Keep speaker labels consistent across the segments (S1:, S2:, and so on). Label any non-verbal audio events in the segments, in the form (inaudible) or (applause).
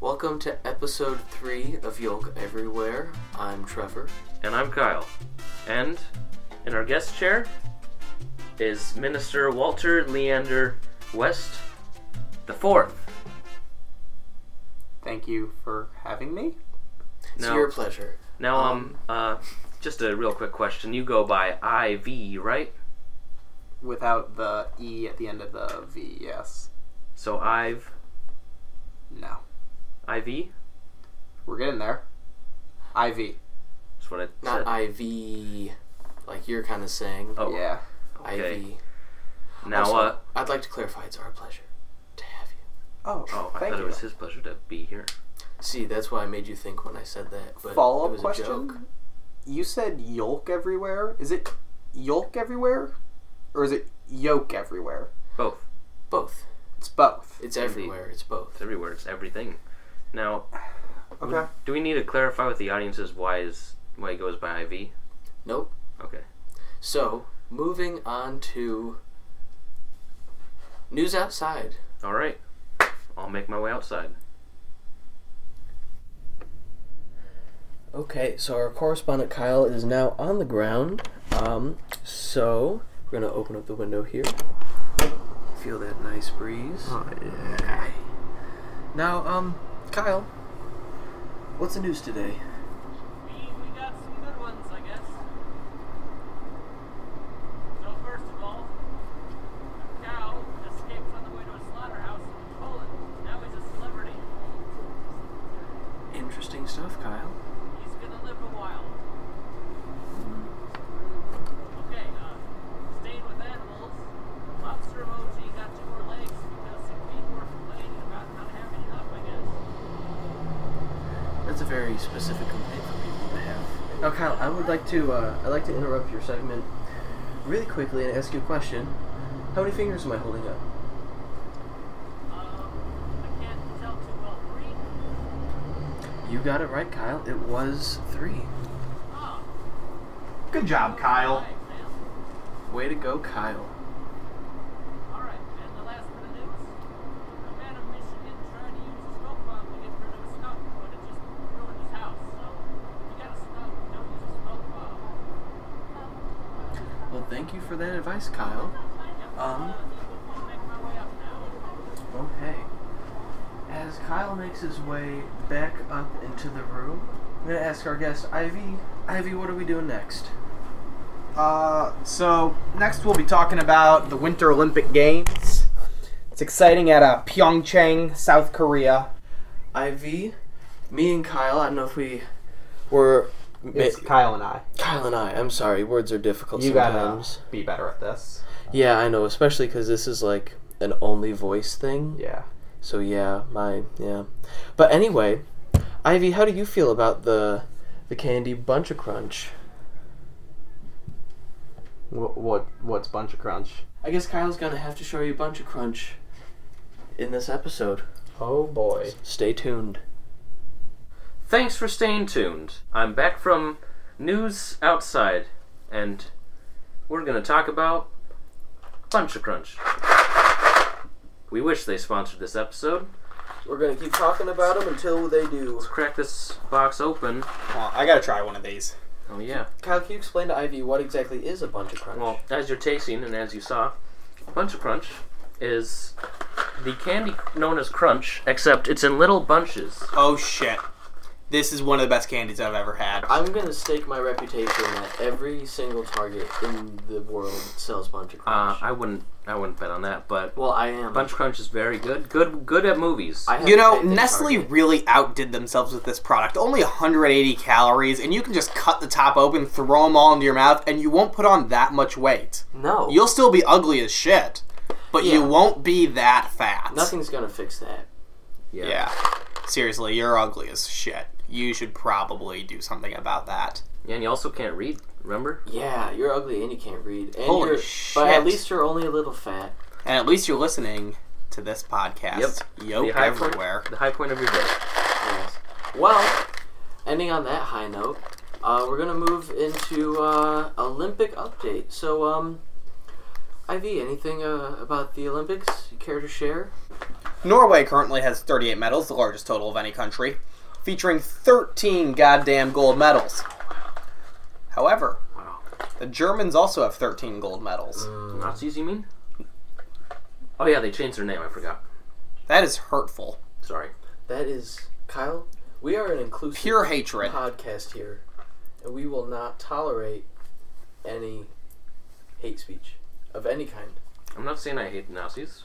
S1: Welcome to episode three of Yolk Everywhere. I'm Trevor.
S2: And I'm Kyle. And in our guest chair is Minister Walter Leander West the Fourth.
S3: Thank you for having me.
S1: It's
S2: No.
S1: your pleasure.
S2: Now, um, uh, just a real quick question. You go by IV, right?
S3: Without the E at the end of the V, yes.
S2: So Ive,
S3: No.
S2: IV.
S3: We're getting there. IV.
S2: That's what I
S1: Not
S2: said.
S1: IV, like you're kind of saying.
S2: oh,
S3: Yeah.
S2: okay.
S1: IV.
S2: Now,
S1: Also,
S2: uh,
S1: I'd like to clarify it's our pleasure to have you.
S3: Oh,
S2: oh, I
S3: thank
S2: thought
S3: you.
S2: it was his pleasure to be here.
S1: See, that's why I made you think when I said that. But
S3: Follow
S1: it
S3: up
S1: was a joke.
S3: question. You said yolk everywhere. Is it yolk everywhere? Or is it yolk everywhere?
S2: Both.
S1: Both.
S3: It's both.
S1: It's everywhere. It's both.
S2: It's everywhere. It's everything. Now,
S3: Okay.
S2: do we need to clarify with the audiences why is why it goes by IV?
S1: Nope.
S2: Okay.
S1: So moving on to news outside.
S2: All right. I'll make my way outside.
S1: Okay, so our correspondent Kyle is now on the ground. Um, so we're gonna open up the window here. Feel that nice breeze. Okay. Now, um, Kyle, what's the news today?
S4: We, we got some good ones, I guess. So first of all, a cow escaped on the way to a slaughterhouse in Poland. Now he's a celebrity.
S1: Interesting stuff, Kyle.
S4: He's gonna live a while. Okay, uh, staying with animals, lobster emoji got two more legs because some people were complaining about not having enough, I guess.
S1: That's a very specific complaint for people to have. Now, Kyle, I would like to uh, I'd like to interrupt your segment really quickly and ask you a question. How many fingers am I holding up?
S4: Um, I can't tell too well. Three?
S1: You got it right, Kyle. It was three.
S4: Ah,
S3: Good job, Kyle.
S4: five, man.
S1: Way to go, Kyle.
S4: Alright, and the last bit of news. A man in Michigan tried to use a smoke bomb to get rid of a skunk, but it just ruined his house. So, if you got a skunk, don't use a smoke bomb.
S1: Well, thank you for that advice, Kyle. Um,
S4: I'll uh, make my way up now.
S1: okay. Oh, As Kyle makes his way back up into the room, I'm gonna ask our guest, Ivy. Ivy, what are we doing next?
S3: Uh, so next we'll be talking about the Winter Olympic Games. It's exciting at uh, Pyeongchang, South Korea.
S1: Ivy, me and Kyle. I don't know if we were.
S3: It's Kyle and I.
S1: Kyle and I. I'm sorry, words are difficult
S3: You gotta
S1: sometimes.
S3: be better at this.
S1: Yeah, I know, especially because this is like an only voice thing.
S3: Yeah.
S1: So yeah, my yeah. But anyway, Ivy, how do you feel about the the candy bunch of crunch?
S3: What, what what's bunch of crunch?
S1: I guess Kyle's gonna have to show you a bunch of crunch in this episode.
S3: Oh boy.
S1: Stay tuned.
S2: Thanks for staying tuned. I'm back from news outside, and we're gonna talk about Bunch of Crunch. We wish they sponsored this episode.
S1: We're gonna keep talking about them until they do.
S2: Let's crack this box open.
S3: Well, I gotta try one of these.
S2: Oh yeah.
S1: Kyle, can you explain to Ivy what exactly is a bunch of crunch?
S2: Well, as you're tasting and as you saw, Bunch of Crunch is the candy known as Crunch, except it's in little bunches.
S3: Oh shit. This is one of the best candies I've ever had.
S1: I'm gonna stake my reputation that every single Target in the world sells bunch of
S2: Uh,
S1: crunch.
S2: I wouldn't, I wouldn't bet on that, but
S1: well, I am.
S2: Bunch of Crunch is very good. Good, good at movies.
S1: I have
S3: You know,
S1: faith in
S3: Nestle
S1: Target.
S3: really outdid themselves with this product. Only 180 calories, and you can just cut the top open, throw them all into your mouth, and you won't put on that much weight.
S1: No,
S3: You'll still be ugly as shit, but you
S1: Yeah.
S3: won't be that fat.
S1: nothing's gonna fix that.
S3: Yeah. Seriously, you're ugly as shit. You should probably do something about that.
S2: Yeah, and you also can't read. Remember?
S1: Yeah, you're ugly and you can't read. And
S3: Holy
S1: you're, But at
S3: shit.
S1: least you're only a little fat.
S3: And at least you're listening to this podcast. Yep.
S2: The
S3: Yoke
S2: high
S3: everywhere.
S2: Point, the high point of your day.
S1: Yes. Well, ending on that high note, uh, we're gonna move into uh, Olympic update. So, um, Ivy, anything uh, about the Olympics you care to share?
S3: Norway currently has 38 medals, the largest total of any country, featuring 13 goddamn gold medals. However,
S2: Wow.
S3: the Germans also have 13 gold medals.
S1: Mm.
S2: Nazis, you mean? Oh yeah, they changed their name. I forgot.
S3: That is hurtful.
S2: Sorry.
S1: That is Kyle. We are an inclusive
S3: Pure hatred.
S1: Uh-huh. podcast here, and we will not tolerate any hate speech of any kind.
S2: I'm not saying I hate Nazis.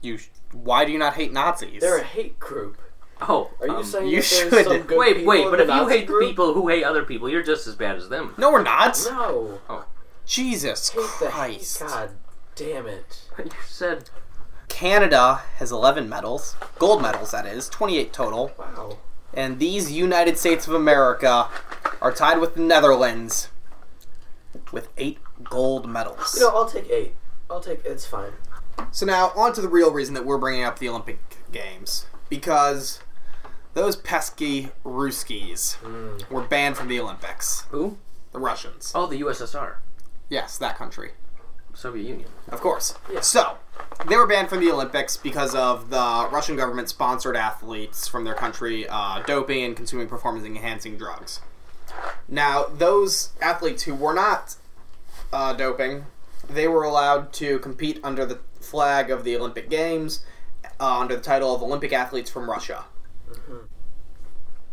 S3: You. Sh- why do you not hate Nazis?
S1: They're a hate group.
S2: Oh,
S1: Are you
S2: um,
S1: saying
S3: you
S1: that there's
S3: should-
S1: some good
S2: Wait,
S1: people
S2: wait,
S1: in
S2: but
S1: the
S2: if you
S1: Nazi
S2: hate
S1: group?
S2: people who hate other people, you're just as bad as them. (laughs)
S3: no, we're not.
S1: no,
S3: Jesus
S1: hate the hate.
S3: Christ.
S1: God damn it!
S2: You said
S3: Canada has 11 medals, gold medals that is, 28 total.
S1: Wow.
S3: And these United States of America are tied with the Netherlands with eight gold medals.
S1: You know, I'll take eight. I'll take. It's fine.
S3: So now on to the real reason that we're bringing up the Olympic Games because those pesky Ruskies were banned from the Olympics.
S2: who?
S3: The Russians.
S2: Oh, the USSR,
S3: Yes, that country.
S2: Soviet Union.
S3: Of course.
S1: Yeah.
S3: So, they were banned from the Olympics because of the Russian government sponsored athletes from their country uh, doping and consuming performance enhancing drugs. Now, those athletes who were not uh, doping, they were allowed to compete under the flag of the Olympic Games uh, under the title of Olympic athletes from Russia.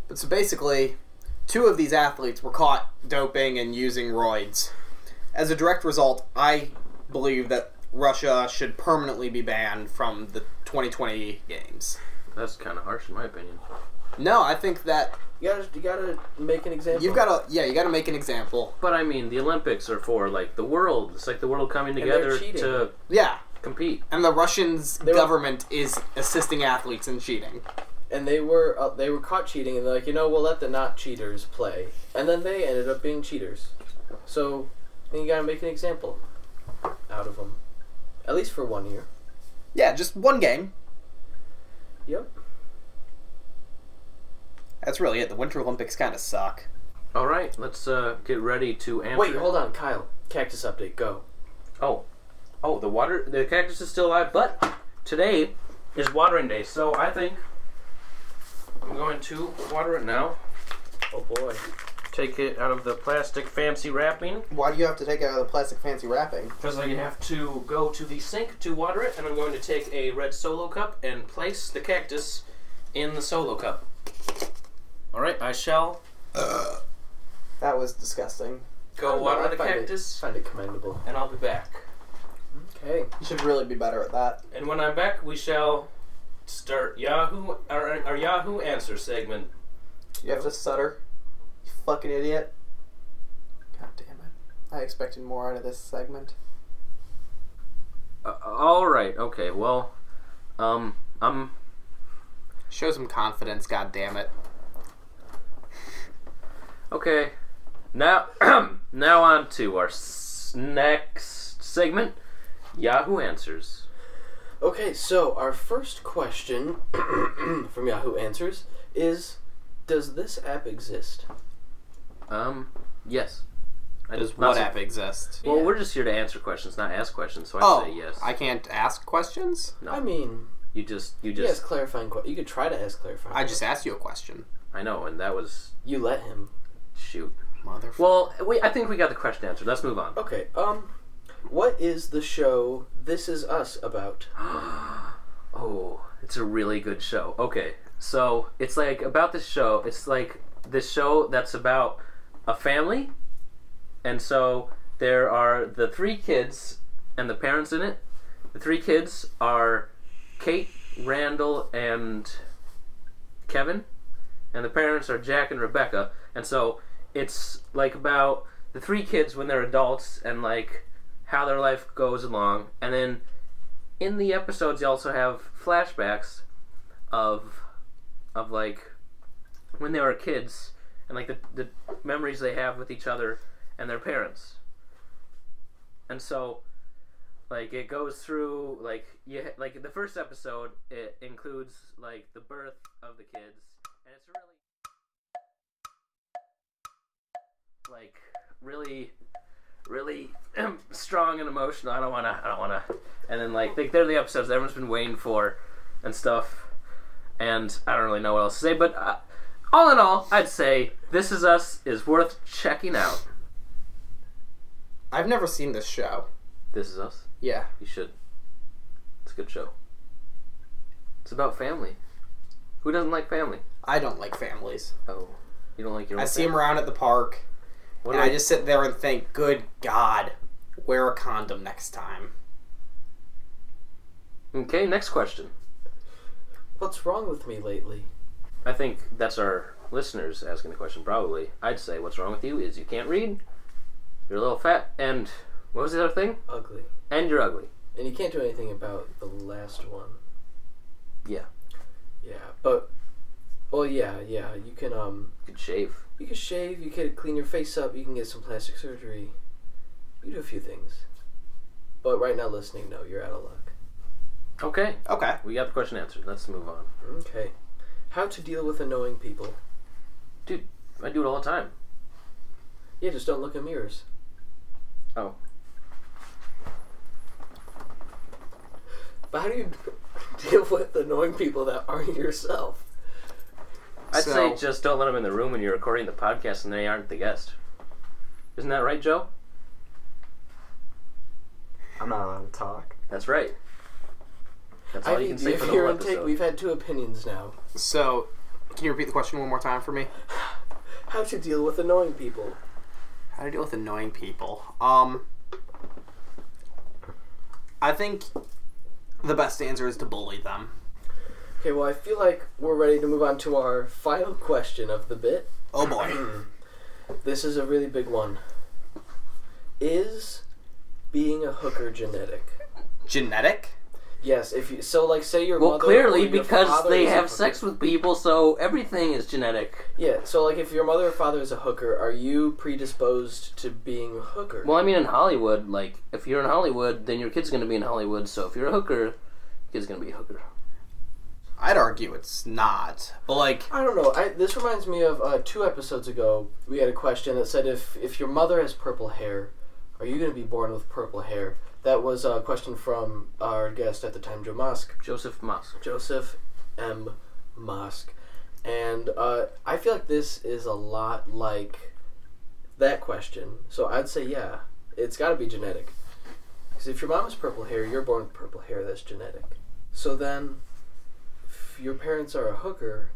S3: But so basically, two of these athletes were caught doping and using roids. As a direct result, I believe that Russia should permanently be banned from the 2020 games.
S2: That's kind of harsh, in my opinion.
S3: No, I think that
S1: You gotta, you gotta make an example.
S3: you've got to yeah, you got to make an example.
S2: But I mean, the Olympics are for like the world. It's like the world coming
S1: they're
S2: together
S1: cheating.
S2: to
S3: Yeah,
S2: compete.
S3: and the Russians
S1: They were-
S3: government is assisting athletes in cheating.
S1: and they were uh, they were caught cheating, and they're like, you know, we'll let the not cheaters play, and then they ended up being cheaters. So then you gotta make an example out of them, at least for one year.
S3: Yeah, just one game.
S1: Yep.
S3: That's really it. The Winter Olympics kind of suck.
S2: All right, let's uh, get ready to answer.
S1: Wait, hold on, Kyle. Cactus update. Go.
S2: Oh, oh, the water, the cactus is still alive, but today is watering day, so I think I'm going to water it now.
S1: Oh boy.
S2: Take it out of the plastic fancy wrapping
S3: Why do you have to take out the plastic fancy wrapping?
S2: because I have to go to the sink to water it, and I'm going to take a red solo cup and place the cactus in the solo cup. All right, I shall
S3: That was disgusting.
S2: go water the
S1: find It,
S2: cactus,
S1: find it commendable.
S2: and I'll be back.
S1: Okay.
S3: You should really be better at that.
S2: And when I'm back, we shall start Yahoo our, our Yahoo answer segment.
S3: You have to stutter. You fucking idiot. God damn it. I expected more out of this segment.
S2: Uh, all right. Okay. Well, um, I'm
S3: Show some confidence, god damn it.
S2: okay. Now, (clears throat) now on to our s- next segment, Yahoo Answers.
S1: Okay. So our first question (clears throat) from Yahoo Answers is, does this app exist?
S2: Um, yes. I just
S3: What app exists?
S2: Well,
S1: Yeah.
S2: we're just here to answer questions, not ask questions. So I
S3: Oh,
S2: say yes.
S3: I can't ask questions?
S2: no.
S1: I mean,
S2: you just, you
S1: you
S2: just.
S1: ask clarifying. Que- you could try to ask clarifying.
S3: I just asked you a question.
S2: I know, and that was
S1: You let him.
S2: shoot.
S3: Motherfucker.
S2: Well, we. I think we got the question answered. Let's move on.
S1: Okay. Um, what is the show This Is Us about?
S2: Oh, it's a really good show. Okay, so it's like about this show. It's like this show that's about a family, and so there are the three kids and the parents in it. The three kids are Kate, Randall, and Kevin, and the parents are Jack and Rebecca. And so it's like about the three kids when they're adults and like how their life goes along, and then in the episodes you also have flashbacks of of like when they were kids and like the, the memories they have with each other and their parents and so like it goes through like you ha- like the first episode it includes like the birth of the kids and it's really like really really um, strong and emotional. I don't wanna. I don't wanna. And then like, like they're the episodes that everyone's been waiting for, and stuff. And I don't really know what else to say, but uh, all in all, I'd say This Is Us is worth checking out.
S3: I've never seen this show.
S2: This Is Us.
S3: Yeah.
S2: You should. It's a good show. It's about family. Who doesn't like family?
S3: I don't like families.
S2: Oh, you don't like your. Own
S3: I see them
S2: family?
S3: around at the park,
S2: What
S3: and
S2: do
S3: I just sit there and think, good God, wear a condom next time.
S2: Okay, next question.
S1: What's wrong with me lately?
S2: I think that's our listeners asking the question. Probably, I'd say, what's wrong with you is you can't read, you're a little fat, and what was the other thing?
S1: Ugly.
S2: And you're ugly.
S1: And you can't do anything about the last one.
S2: Yeah.
S1: Yeah, but well, yeah, yeah. You can um,
S2: You could shave.
S1: you can shave. You can clean your face up. You can get some plastic surgery. You can do a few things. But right now, listening, no, you're out of luck.
S2: Okay,
S3: Okay.
S2: we got the question answered. Let's move on.
S1: Okay. How to deal with annoying people?
S2: I do it all the time.
S1: Yeah, just don't look in mirrors.
S2: Oh.
S1: But how do you (laughs) deal with annoying people that aren't yourself?
S2: I'd say
S3: So-
S2: just don't let them in the room when you're recording the podcast and they aren't the guest. Isn't that right, Joe?
S5: I'm not allowed to talk.
S2: That's right. That's all you
S1: I need
S2: can say
S1: to
S2: for the
S1: hear
S2: whole
S1: and take.
S2: episode.
S1: We've had two opinions now.
S3: So, can you repeat the question one more time for me?
S1: How to deal with annoying people?
S3: How to deal with annoying people. Um, I think the best answer is to bully them.
S1: Okay, well, I feel like we're ready to move on to our final question of the bit.
S3: Oh boy. (clears throat)
S1: This is a really big one. Is being a hooker genetic?
S3: Genetic?
S1: Yes, if you so like say your
S2: Well,
S1: mother or
S2: clearly
S1: your
S2: because
S1: father
S2: they
S1: is a
S2: have
S1: hooker.
S2: sex with people, so everything is genetic.
S1: Yeah, so like if your mother or father is a hooker, are you predisposed to being a hooker?
S2: Well, I mean, in Hollywood, like if you're in Hollywood, then your kid's gonna be in Hollywood. So if you're a hooker, your kid's gonna be a hooker.
S3: I'd argue it's not. But like,
S1: I don't know. I, this reminds me of uh, two episodes ago. We had a question that said if if your mother has purple hair, are you going to be born with purple hair? That was a question from our guest at the time, Joe Mosk.
S2: Joseph Moss.
S1: Joseph M. Mosk. And uh, I feel like this is a lot like that question. So I'd say, yeah, it's got to be genetic. Because if your mom has purple hair, you're born with purple hair, that's genetic. So then, if your parents are a hooker,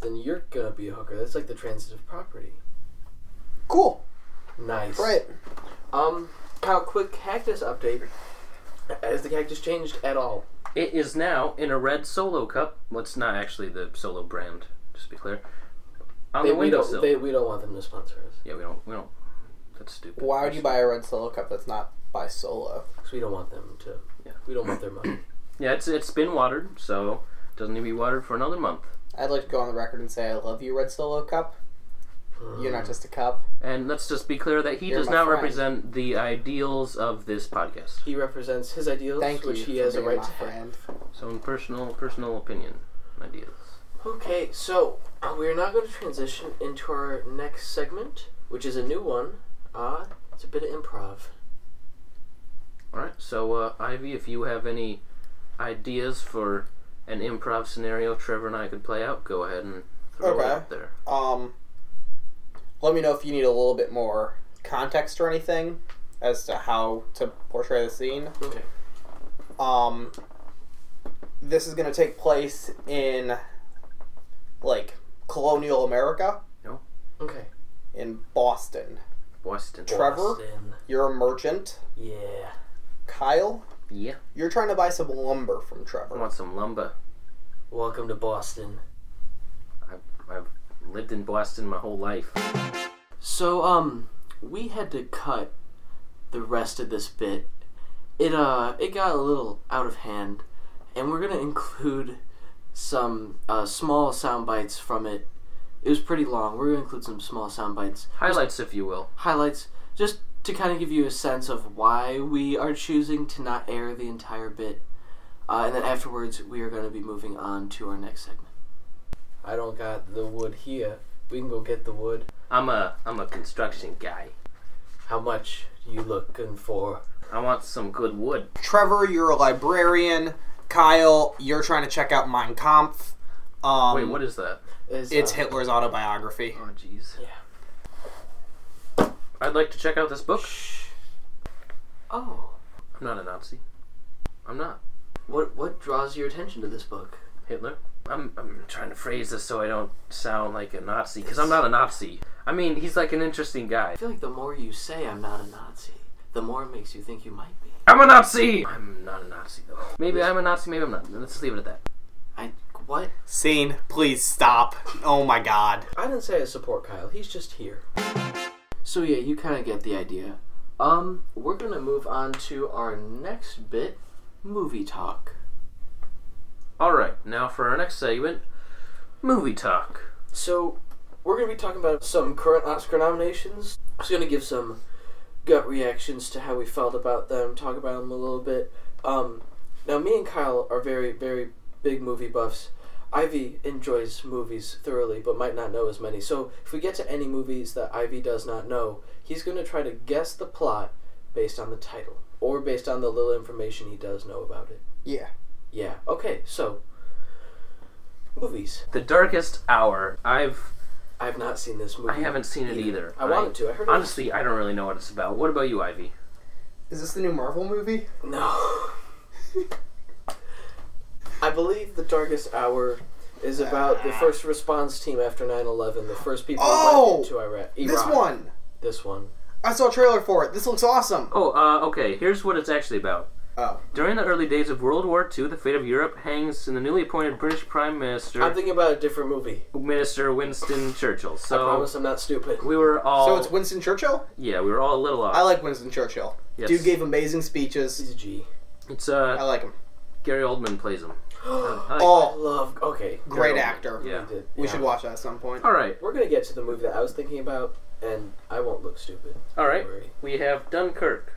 S1: then you're going to be a hooker. That's like the transitive property.
S3: cool.
S1: Nice.
S3: Right.
S1: Um, Kyle, quick cactus update. Has the cactus changed at all?
S2: It is now in a red Solo cup. Well, it's not actually the Solo brand, just to be clear. On
S1: They-
S2: the
S1: we,
S2: windowsill.
S1: don't, they, we don't want them to sponsor us.
S2: Yeah, we don't. We don't. That's stupid.
S3: Why would you buy a red solo cup that's not by solo?
S1: Because we don't want them to.
S2: Yeah.
S1: We don't want their money.
S2: Yeah, it's it's been watered, so it doesn't need to be watered for another month.
S3: I'd like to go on the record and say I love you, red solo cup. (clears throat)
S1: Um,
S3: You're not just a cup.
S2: And let's just be clear that he
S3: You're
S2: does
S3: my
S2: not
S3: friend.
S2: represent the ideals of this podcast.
S1: He represents his ideals,
S3: Thank
S1: which
S3: you
S1: he
S3: for
S1: has a
S3: being
S1: right
S3: my
S1: to have.
S3: friend.
S2: So, in personal personal opinion, ideals.
S1: Okay, so uh, we're now going to transition into our next segment, which is a new one. Uh, it's a bit of improv.
S2: All right. So, uh, Ivy, if you have any ideas for an improv scenario Trevor and I could play out, go ahead and throw it
S3: Okay.
S2: out there.
S3: Um, let me know if you need a little bit more context or anything as to how to portray the scene.
S1: Okay.
S3: Um, this is going to take place in like colonial America
S1: Okay.
S3: in Boston.
S2: Boston.
S3: Trevor?
S1: Boston.
S3: You're a merchant.
S1: Yeah.
S3: Kyle,
S2: Yeah.
S3: you're trying to buy some lumber from
S2: I
S3: Trevor.
S2: want some lumber.
S1: Welcome to Boston.
S2: I've lived in Boston my whole life.
S1: So, um, we had to cut the rest of this bit. It, uh, it got a little out of hand, and we're gonna include some, uh, small sound bites from it. It was pretty long. We're gonna include some small sound bites,
S2: Highlights, if you will.
S1: highlights, just to kind of give you a sense of why we are choosing to not air the entire bit. Uh, and then afterwards, we are gonna be moving on to our next segment. I don't got the wood here. We can go get the wood.
S2: I'm a I'm a construction guy.
S1: How much you looking for?
S2: I want some good wood.
S3: Trevor, you're a librarian. Kyle, you're trying to check out Mein Kampf. Um,
S2: Wait, what is that?
S1: uh,
S3: It's Hitler's autobiography.
S2: Oh, jeez.
S1: Yeah.
S2: I'd like to check out this book.
S6: Oh,
S2: I'm not a Nazi. I'm not
S6: what what draws your attention to this book?
S2: Hitler. I'm, I'm trying to phrase this so I don't sound like a Nazi, because I'm not a Nazi. I mean, he's like an interesting guy.
S6: I feel like the more you say I'm not a Nazi, the more it makes you think you might be.
S2: I'm a Nazi! I'm not a Nazi, though. Maybe I'm a Nazi, maybe I'm not. Let's leave it at that.
S6: I what?
S3: Scene, please stop. Oh my god.
S1: I didn't say I support Kyle. He's just here.
S6: So yeah, you kind of get the idea. Um, we're gonna move on to our next bit, movie talk.
S2: Alright, now for our next segment movie talk.
S1: So, we're going to be talking about some current Oscar nominations. I'm just going to give some gut reactions to how we felt about them, talk about them a little bit. Um, now, me and Kyle are very, very big movie buffs. Ivy enjoys movies thoroughly, but might not know as many. So, if we get to any movies that Ivy does not know, he's going to try to guess the plot based on the title or based on the little information he does know about it.
S3: Yeah.
S1: Yeah. Okay. So, movies.
S2: The Darkest Hour. I've.
S1: I've not seen this movie.
S2: I haven't seen it either.
S1: I wanted to. I heard it was-
S2: Honestly, I don't really know what it's about. What about you, Ivy?
S3: Is this the new Marvel movie?
S1: No. (laughs) I believe The Darkest Hour is about the first response team after 9-11, the first people
S3: Oh!
S1: who went into Iraq.
S3: This
S1: Iraq.
S3: one.
S1: This one.
S3: I saw a trailer for it. This looks awesome.
S2: Oh, uh, okay. Here's what it's actually about.
S3: Oh.
S2: During the early days of World War II, the fate of Europe hangs in the newly appointed British Prime Minister,
S1: I'm thinking about a different movie.
S2: Minister Winston Churchill.
S1: I promise
S2: So
S1: I'm not stupid.
S2: we were all,
S3: So it's Winston Churchill?
S2: yeah, we were all a little off.
S3: I like Winston Churchill.
S2: Yes.
S3: Dude gave amazing speeches.
S1: This is G. (gasps)
S2: it's
S3: I
S2: uh,
S3: like him.
S2: Gary Oldman plays him. I- I like-
S1: I
S3: Oh,
S1: love... Okay.
S3: great
S2: Oldman.
S3: actor.
S2: Yeah.
S1: We did.
S3: We
S1: Yeah.
S3: should watch that at some point.
S2: All right,
S1: We're going to get to the movie that I was thinking about, and I won't look stupid.
S2: all right.
S1: Don't worry.
S2: We have Dunkirk.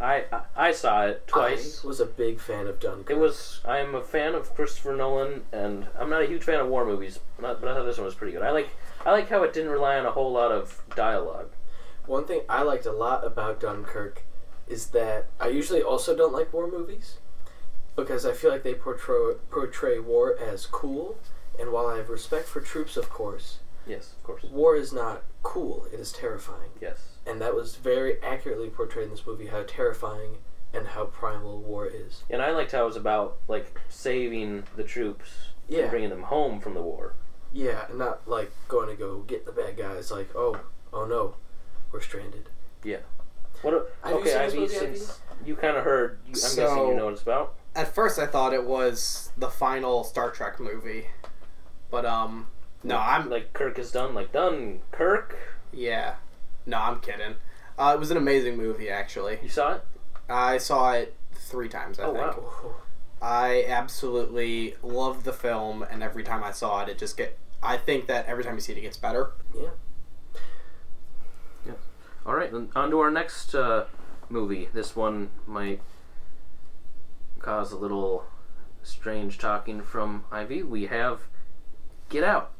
S2: I I, I saw it twice.
S1: I was a big fan of Dunkirk.
S2: It was. I'm a fan of Christopher Nolan, and I'm not a huge fan of war movies, but but I thought this one was pretty good. I like I like how it didn't rely on a whole lot of dialogue.
S1: One thing I liked a lot about Dunkirk is that I usually also don't like war movies because I feel like they portray, portray war as cool. And while I have respect for troops, of course,
S2: Yes, of course.
S1: war is not cool, it is terrifying.
S2: Yes.
S1: And that was very accurately portrayed in this movie how terrifying and how primal war is.
S2: And I liked how it was about like saving the troops
S1: Yeah.
S2: and bringing them home from the war.
S1: Yeah, and not like going to go get the bad guys, like, oh, oh no, we're stranded.
S2: What? A,
S1: Have you
S2: okay,
S1: seen
S2: I
S1: this
S2: mean,
S1: movie,
S2: since you kind of heard, you, I'm guessing
S3: So-
S2: you know what it's about.
S3: At first, I thought it was the final Star Trek movie, but um, no, I'm
S2: Like Kirk is done. Like done. Kirk,
S3: yeah, no, I'm kidding. Uh, it was an amazing movie, actually.
S2: you saw it?
S3: I saw it three times. I
S2: Oh,
S3: think.
S2: wow.
S1: Oh,
S3: I absolutely loved the film, and every time I saw it, it just get. I think that every time you see it, it gets better.
S1: yeah.
S2: All right, then on to our next uh, movie. This one might cause a little strange talking from Ivy. We have Get Out.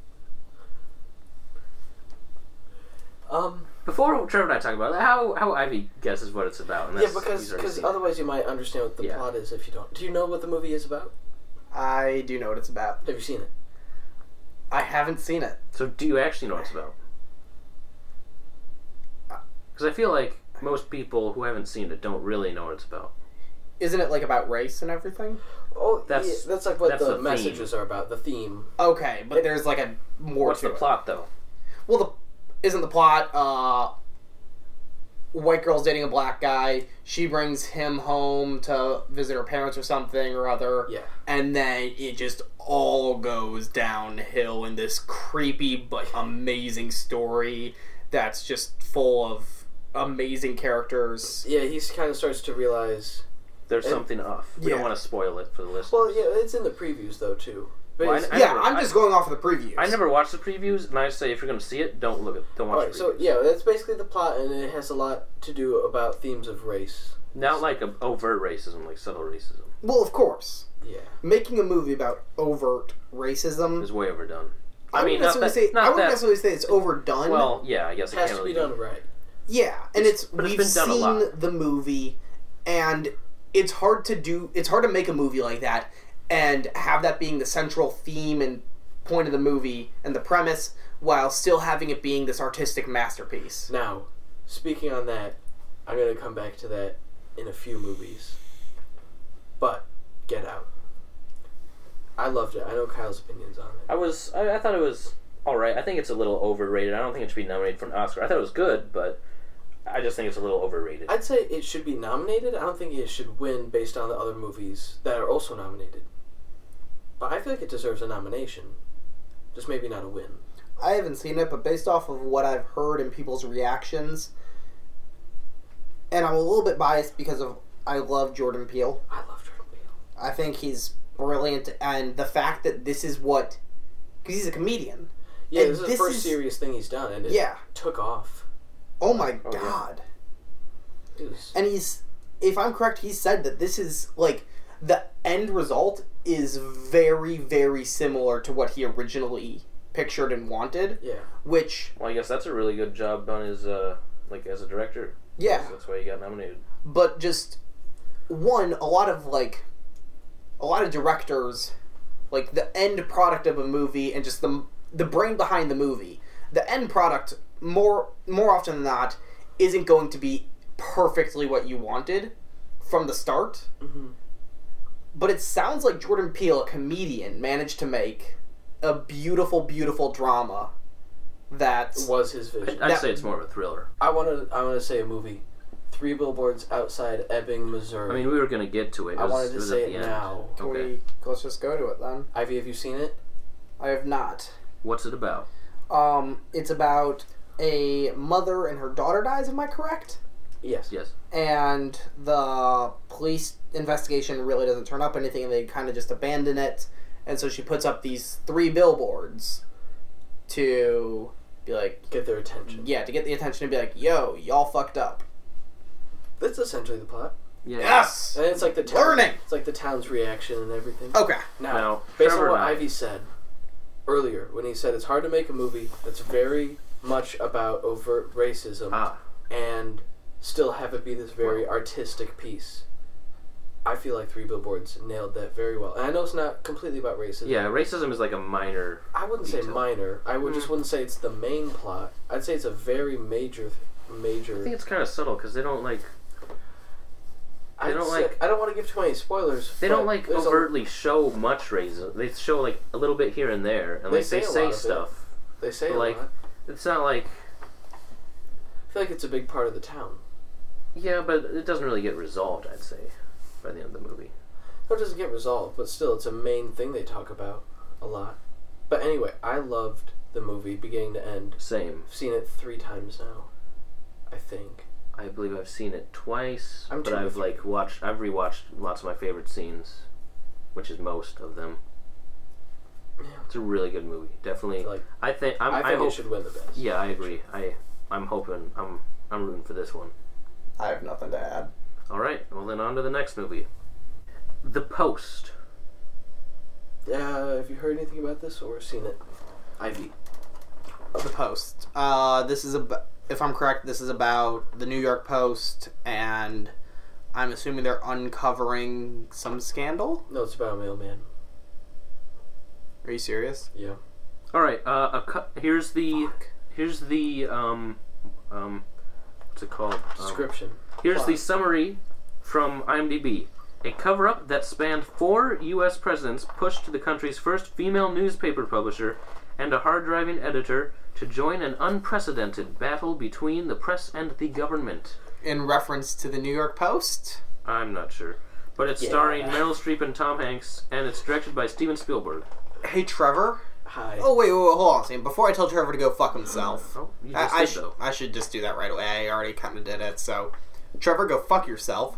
S1: Um,
S2: Before Trevor and I talk about it, how how Ivy guesses what it's about. And
S1: yeah,
S2: that's,
S1: because
S2: he's already
S1: cause
S2: seen it.
S1: otherwise you might understand what the
S2: Yeah.
S1: plot is if you don't. Do you know what the movie is about?
S3: I do know what it's about.
S1: Have you seen it?
S3: I haven't seen it.
S2: So, do you actually know what it's about? Because I feel like most people who haven't seen it don't really know what it's about.
S3: Isn't it like about race and everything?
S1: Oh,
S2: That's-
S1: that's that's like what
S2: that's
S1: the,
S2: the theme.
S1: messages are about. The theme.
S3: Okay, but there's like a more
S2: What's
S3: to
S2: the
S3: it.
S2: plot, though?
S3: Well, the isn't the plot uh, white girl's dating a black guy. She brings him home to visit her parents or something or other.
S1: Yeah.
S3: And then it just all goes downhill in this creepy but amazing story that's just full of amazing characters.
S1: Yeah, he kind of starts to realize.
S2: There's
S1: And-
S2: something off. We
S3: yeah.
S2: don't want to spoil it for the listeners.
S1: Well, yeah, it's in the previews though too. But
S2: Well, I-
S1: it's-
S2: I-
S3: yeah,
S2: never-
S3: I'm just going off of the previews.
S2: I never watched the previews, and I say if you're going to see it, don't look at, don't watch.
S1: Alright,
S2: the
S1: so
S2: previews.
S1: yeah, that's basically the plot, and it has a lot to do about themes of race.
S2: not like a overt racism, like subtle racism,
S3: Well, of course.
S1: Yeah,
S3: Making a movie about overt racism.
S2: is way overdone.
S3: I,
S2: mean,
S3: wouldn't
S2: not
S3: necessarily
S2: that-
S3: say
S2: not
S3: I wouldn't
S2: that-
S3: necessarily say it's overdone.
S2: Well, yeah, I guess
S1: it
S2: it
S1: has
S2: can't
S1: to be
S2: really
S1: done right.
S3: Yeah, and it's,
S2: But it's
S3: we've
S2: been done a
S3: seen
S2: lot.
S3: the movie, and it's hard to do it's hard to make a movie like that and have that being the central theme and point of the movie and the premise while still having it being this artistic masterpiece.
S1: Now, speaking on that, I'm gonna come back to that in a few movies. But Get Out. I loved it. I know Kyle's opinions on it.
S2: I was I, I thought it was all right. I think it's a little overrated. I don't think it should be nominated for an Oscar. I thought it was good, but I just think it's a little overrated.
S1: I'd say it should be nominated. I don't think it should win based on the other movies that are also nominated. But I feel like it deserves a nomination. Just maybe not a win.
S3: I haven't seen it, but based off of what I've heard and people's reactions, and I'm a little bit biased because of I love Jordan Peele.
S1: I love Jordan Peele.
S3: I think he's brilliant, and the fact that this is what because he's a comedian.
S1: Yeah,
S3: And
S1: this is
S3: this
S1: the first
S3: is-
S1: serious thing he's done, and it
S3: Yeah.
S1: took off.
S3: Oh my
S2: Oh, yeah.
S3: god.
S1: It was-
S3: And he's, if I'm correct, he said that this is like the end result is very, very similar to what he originally pictured and wanted.
S1: yeah.
S3: Which,
S2: Well, I guess that's a really good job done as uh like as a director.
S3: yeah,
S2: That's why he got nominated.
S3: but just one, a lot of like, a lot of directors, like the end product of a movie and just the the brain behind the movie, the end product more more often than not isn't going to be perfectly what you wanted from the start.
S1: Mm-hmm.
S3: But it sounds like Jordan Peele, a comedian, managed to make a beautiful, beautiful drama that
S1: Was his vision.
S2: I'd, I'd
S3: That-
S2: say it's more of a thriller.
S1: I want to. I want to say a movie. Three billboards outside Ebbing, Missouri.
S2: I mean, we were gonna get to it. it
S1: I
S2: was,
S1: wanted to
S2: was
S1: say
S2: at the
S1: it
S2: end.
S1: now.
S3: Can
S2: Okay.
S3: we- let's just go to it then.
S1: Ivy, have you seen it?
S3: I have not.
S2: What's it about?
S3: Um, it's about a mother and her daughter dies. Am I correct?
S1: Yes.
S2: Yes.
S3: And the police investigation really doesn't turn up anything, and they kind of just abandon it. And so she puts up these three billboards to be like,
S1: Get their attention.
S3: yeah, to get the attention and be like, yo, y'all fucked up.
S1: That's essentially the plot.
S2: Yeah.
S3: Yes.
S1: And it's like the town,
S3: Learning!
S1: It's like the town's reaction and everything.
S2: Uh,
S3: Okay.
S1: Now,
S2: Now,
S1: based
S2: Trevor
S1: on what
S2: and I-
S1: Ivy said earlier, when he said it's hard to make a movie that's very much about overt racism
S2: Ah.
S1: and still have it be this very artistic piece. I feel like Three Billboards nailed that very well. And I know it's not completely about racism.
S2: Yeah. Racism is like a minor.
S1: I wouldn't say
S2: Detail.
S1: minor. I would
S2: Mm.
S1: just wouldn't say it's the main plot. I'd say it's a very major, major.
S2: I think it's kind of subtle because they don't like
S1: I
S2: don't
S1: don't
S2: like-
S1: like. I don't want to give too many spoilers.
S2: they
S1: but
S2: don't like
S1: there's a-
S2: overtly show much racism. They show like a little bit here and there, and
S1: They
S2: like they
S1: say a
S2: say
S1: lot of it.
S2: stuff.
S1: they say
S2: like-
S1: a lot.
S2: It's not like
S1: I feel like it's a big part of the town.
S2: yeah, but it doesn't really get resolved. I'd say by the end of the movie.
S1: Or it doesn't get resolved, but still, it's a main thing they talk about a lot. But anyway, I loved the movie beginning to end.
S2: Same.
S1: I've seen it three times now, I think.
S2: I believe I've seen it twice,
S1: I'm
S2: but
S1: too
S2: I've
S1: with you.
S2: like watched. I've rewatched lots of my favorite scenes, which is most of them.
S1: Yeah.
S2: It's a really good movie. Definitely.
S1: Like
S2: I think I'm,
S1: I
S2: I,
S1: think it
S2: hope,
S1: should win the best.
S2: Yeah, I agree. I I'm hoping I'm I'm rooting for this one.
S3: I have nothing to add.
S2: All right. Well, then on to the next movie. The Post.
S1: Uh, have you heard anything about this or seen it? Ivy.
S3: The Post. Uh, this is ab if I'm correct, this is about the New York Post, and I'm assuming they're uncovering some scandal.
S1: No, it's about a mailman.
S3: Are you serious?
S1: Yeah.
S2: All right. Uh, a cu- here's the here's the um um what's it called? Um,
S1: Description.
S2: Here's the summary from IMDb. A cover up that spanned four U.S. presidents pushed the country's first female newspaper publisher and a hard driving editor to join an unprecedented battle between the press and the government.
S3: In reference to the New York Post.
S2: I'm not sure. But it's
S1: Yeah.
S2: starring Meryl Streep and Tom Hanks, and it's directed by Steven Spielberg.
S3: Hey, Trevor.
S1: Hi.
S3: Oh wait, wait, wait hold on, a second. Before I tell Trevor to go fuck himself,
S2: Oh, you just
S3: I, I,
S2: did,
S3: sh-
S2: though.
S3: I should just do that right away. I already kind of did it, so Trevor, go fuck yourself.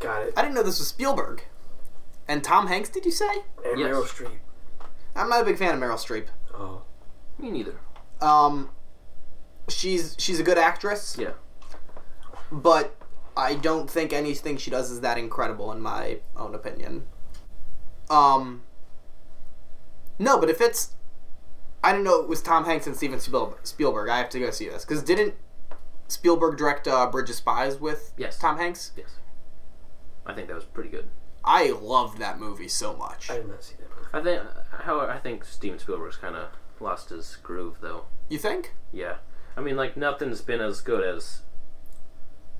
S1: Got it.
S3: I didn't know this was Spielberg. And Tom Hanks, did you say?
S1: And
S2: Yes.
S1: Meryl Streep.
S3: I'm not a big fan of Meryl Streep.
S1: Oh.
S2: Me neither.
S3: Um, she's she's a good actress.
S2: Yeah.
S3: but I don't think anything she does is that incredible in my own opinion. Um No, but if it's I didn't know it was Tom Hanks and Steven Spiel- Spielberg. I have to go see this cuz didn't Spielberg direct uh, Bridge of Spies with
S2: Yes.
S3: Tom Hanks?
S2: Yes. I I think that was pretty good.
S3: I loved that movie so much.
S1: I did not see that movie.
S2: I think, however, I think Steven Spielberg's kind of lost his groove though.
S3: You think?
S2: Yeah, I mean, like nothing's been as good as.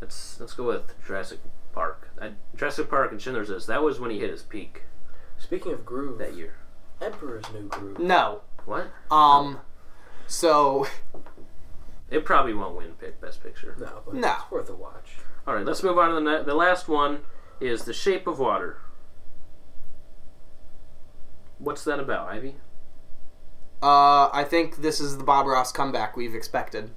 S2: Let's let's go with Jurassic Park. I, Jurassic Park and Schindler's List. That was when he hit his peak
S1: Speaking of groove,
S2: that year.
S1: Emperor's New Groove.
S3: No.
S2: What?
S3: Um. So
S2: It probably won't win pick best picture.
S1: No, but
S3: No.
S1: it's worth a watch.
S2: All right, let's move on to the ne- the last one. Is The Shape of Water. What's that about, Ivy?
S3: Uh, I think this is the Bob Ross comeback we've expected.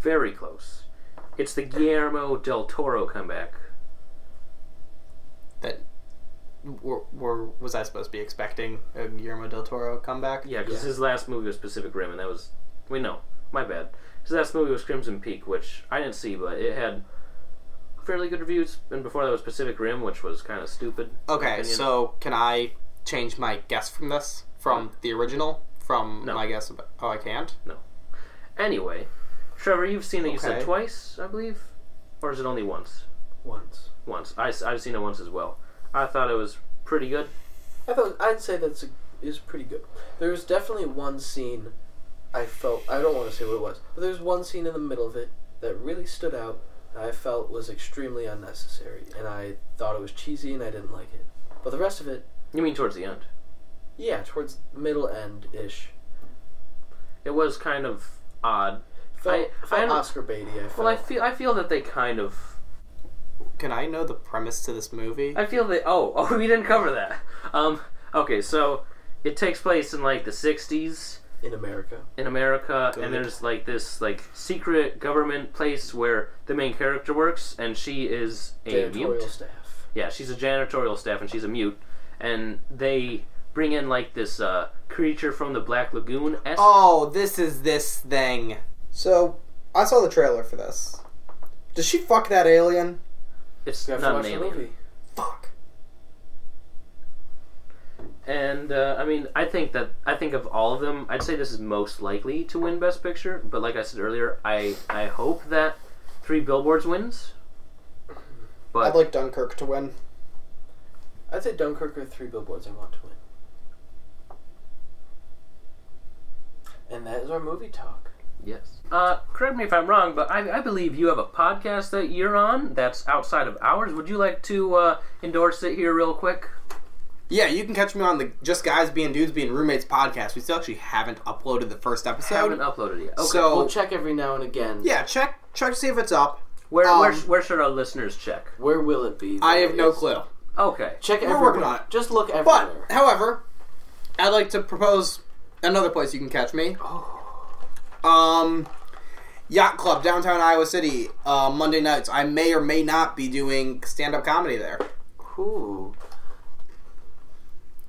S2: Very close. It's the Guillermo del Toro comeback.
S3: That, or, or was I supposed to be expecting a Guillermo del Toro comeback?
S2: Yeah, because
S1: Yeah.
S2: his last movie was Pacific Rim, and that was. Wait, no, my bad. His last movie was Crimson Peak, which I didn't see, but it had fairly good reviews. And before that was Pacific Rim, which was kind of stupid. in my
S3: Okay,
S2: opinion.
S3: so can I change my guess from this from the original from
S2: No.
S3: my guess? About, oh, I can't.
S2: Anyway, Trevor, you've seen it, you said
S3: Okay.
S2: twice, I believe? Or is it only once?
S1: Once.
S2: Once. I, have seen it once as well. I thought it was pretty good.
S1: I thought I'd say that's a, is pretty good. There was definitely one scene I felt I don't want to say what it was, but there was one scene in the middle of it that really stood out. That I felt was extremely unnecessary, and I thought it was cheesy, and I didn't like it. But the rest of it,
S2: You mean towards the end?
S1: yeah, towards middle end ish,
S2: It was kind of odd.
S1: felt,
S2: I-
S1: felt
S2: I don't-
S1: Oscar baity. I felt.
S3: Oh.
S2: Well, I feel I feel that they kind of
S3: Can I know the premise to this movie?
S2: I feel that. Oh, (laughs) oh, we didn't cover that. Um, okay, so it takes place in like the '60s
S1: in America.
S2: in America,
S3: Good.
S2: and there's like this like secret government place where the main character works, and she is a
S1: Janitorial
S2: mute.
S1: staff.
S2: Yeah, she's a janitorial staff, and she's a mute, and they bring in like this uh, creature from the Black Lagoon.
S3: Oh, this is this thing. So I saw the trailer for this. Does she fuck that alien?
S2: it's
S1: You have
S2: not
S1: to watch
S2: an
S1: the
S2: alien.
S1: movie.
S3: Fuck.
S2: And uh, I mean, I think that I think of all of them, I'd say this is most likely to win Best Picture. But like I said earlier, I I hope that Three Billboards wins. But
S3: I'd like Dunkirk to win.
S1: I'd say Dunkirk or Three Billboards. I want to win. And that is our movie talk.
S2: yes, uh, correct me if I'm wrong, but I, I believe you have a podcast that you're on that's outside of ours. Would you like to uh, endorse it here real quick?
S3: Yeah, you can catch me on the Just Guys Being Dudes Being Roommates podcast. We still actually haven't uploaded the first episode.
S2: haven't uploaded it yet. Okay.
S3: So
S1: We'll check every now and again.
S3: yeah, check check to see if it's up.
S2: where,
S3: um,
S2: where sh- where should our listeners check?
S1: Where will it be?
S3: I have no
S1: It's-
S3: clue.
S2: Okay.
S1: Check
S3: We're
S1: everywhere.
S3: working on it.
S1: Just look everywhere.
S3: But however, I'd like to propose another place you can catch me. Um, Yacht Club downtown Iowa City uh, Monday nights. I may or may not be doing stand up comedy there.
S1: Ooh.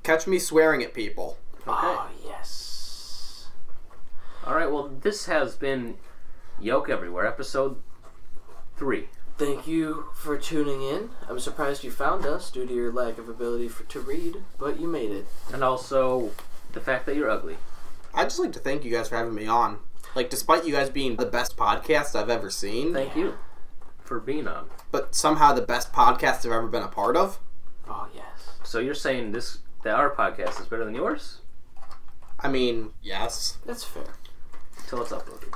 S3: Catch me swearing at people.
S1: Ah, yes.
S2: All right. Well, this has been Yoke Everywhere episode three.
S1: Thank you for tuning in. I'm surprised you found us due to your lack of ability for, to read, but you made it.
S2: and also the fact that you're ugly.
S3: I'd just like to thank you guys for having me on. Like, despite you guys being the best podcast I've ever seen,
S2: Thank you for being on.
S3: but somehow the best podcast I've ever been a part of. Ah,
S1: Oh, yes.
S2: So you're saying this that our podcast is better than yours
S3: I mean, yes,
S1: That's fair.
S2: until it's uploaded.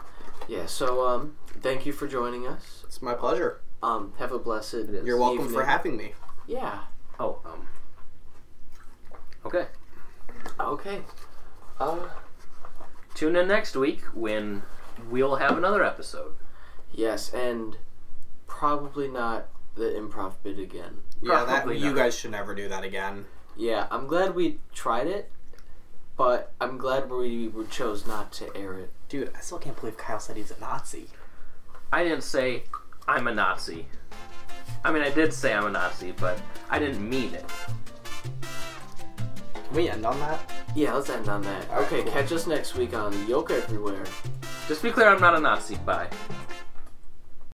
S1: Yeah, so um, thank you for joining us.
S3: it's my pleasure.
S1: Um, have a blessed
S2: is.
S3: You're welcome for
S1: evening.
S3: having me.
S1: Yeah.
S2: Oh, um. Okay.
S1: Okay. Uh,
S2: Tune in next week when we'll have another episode.
S1: yes, and probably not the improv bit again.
S3: Yeah, that,
S2: Probably
S3: you
S2: not.
S3: guys should never do that again.
S1: Yeah, I'm glad we tried it, but I'm glad we we chose not to air it.
S3: Dude, I still can't believe Kyle said he's a Nazi.
S2: I didn't say I'm a Nazi. I mean, I did say I'm a Nazi, but I didn't mean it.
S3: Can we end on that?
S1: Yeah, let's end on that. Okay, catch us next week on Yoke Everywhere.
S2: Just be clear, I'm not a Nazi. Bye.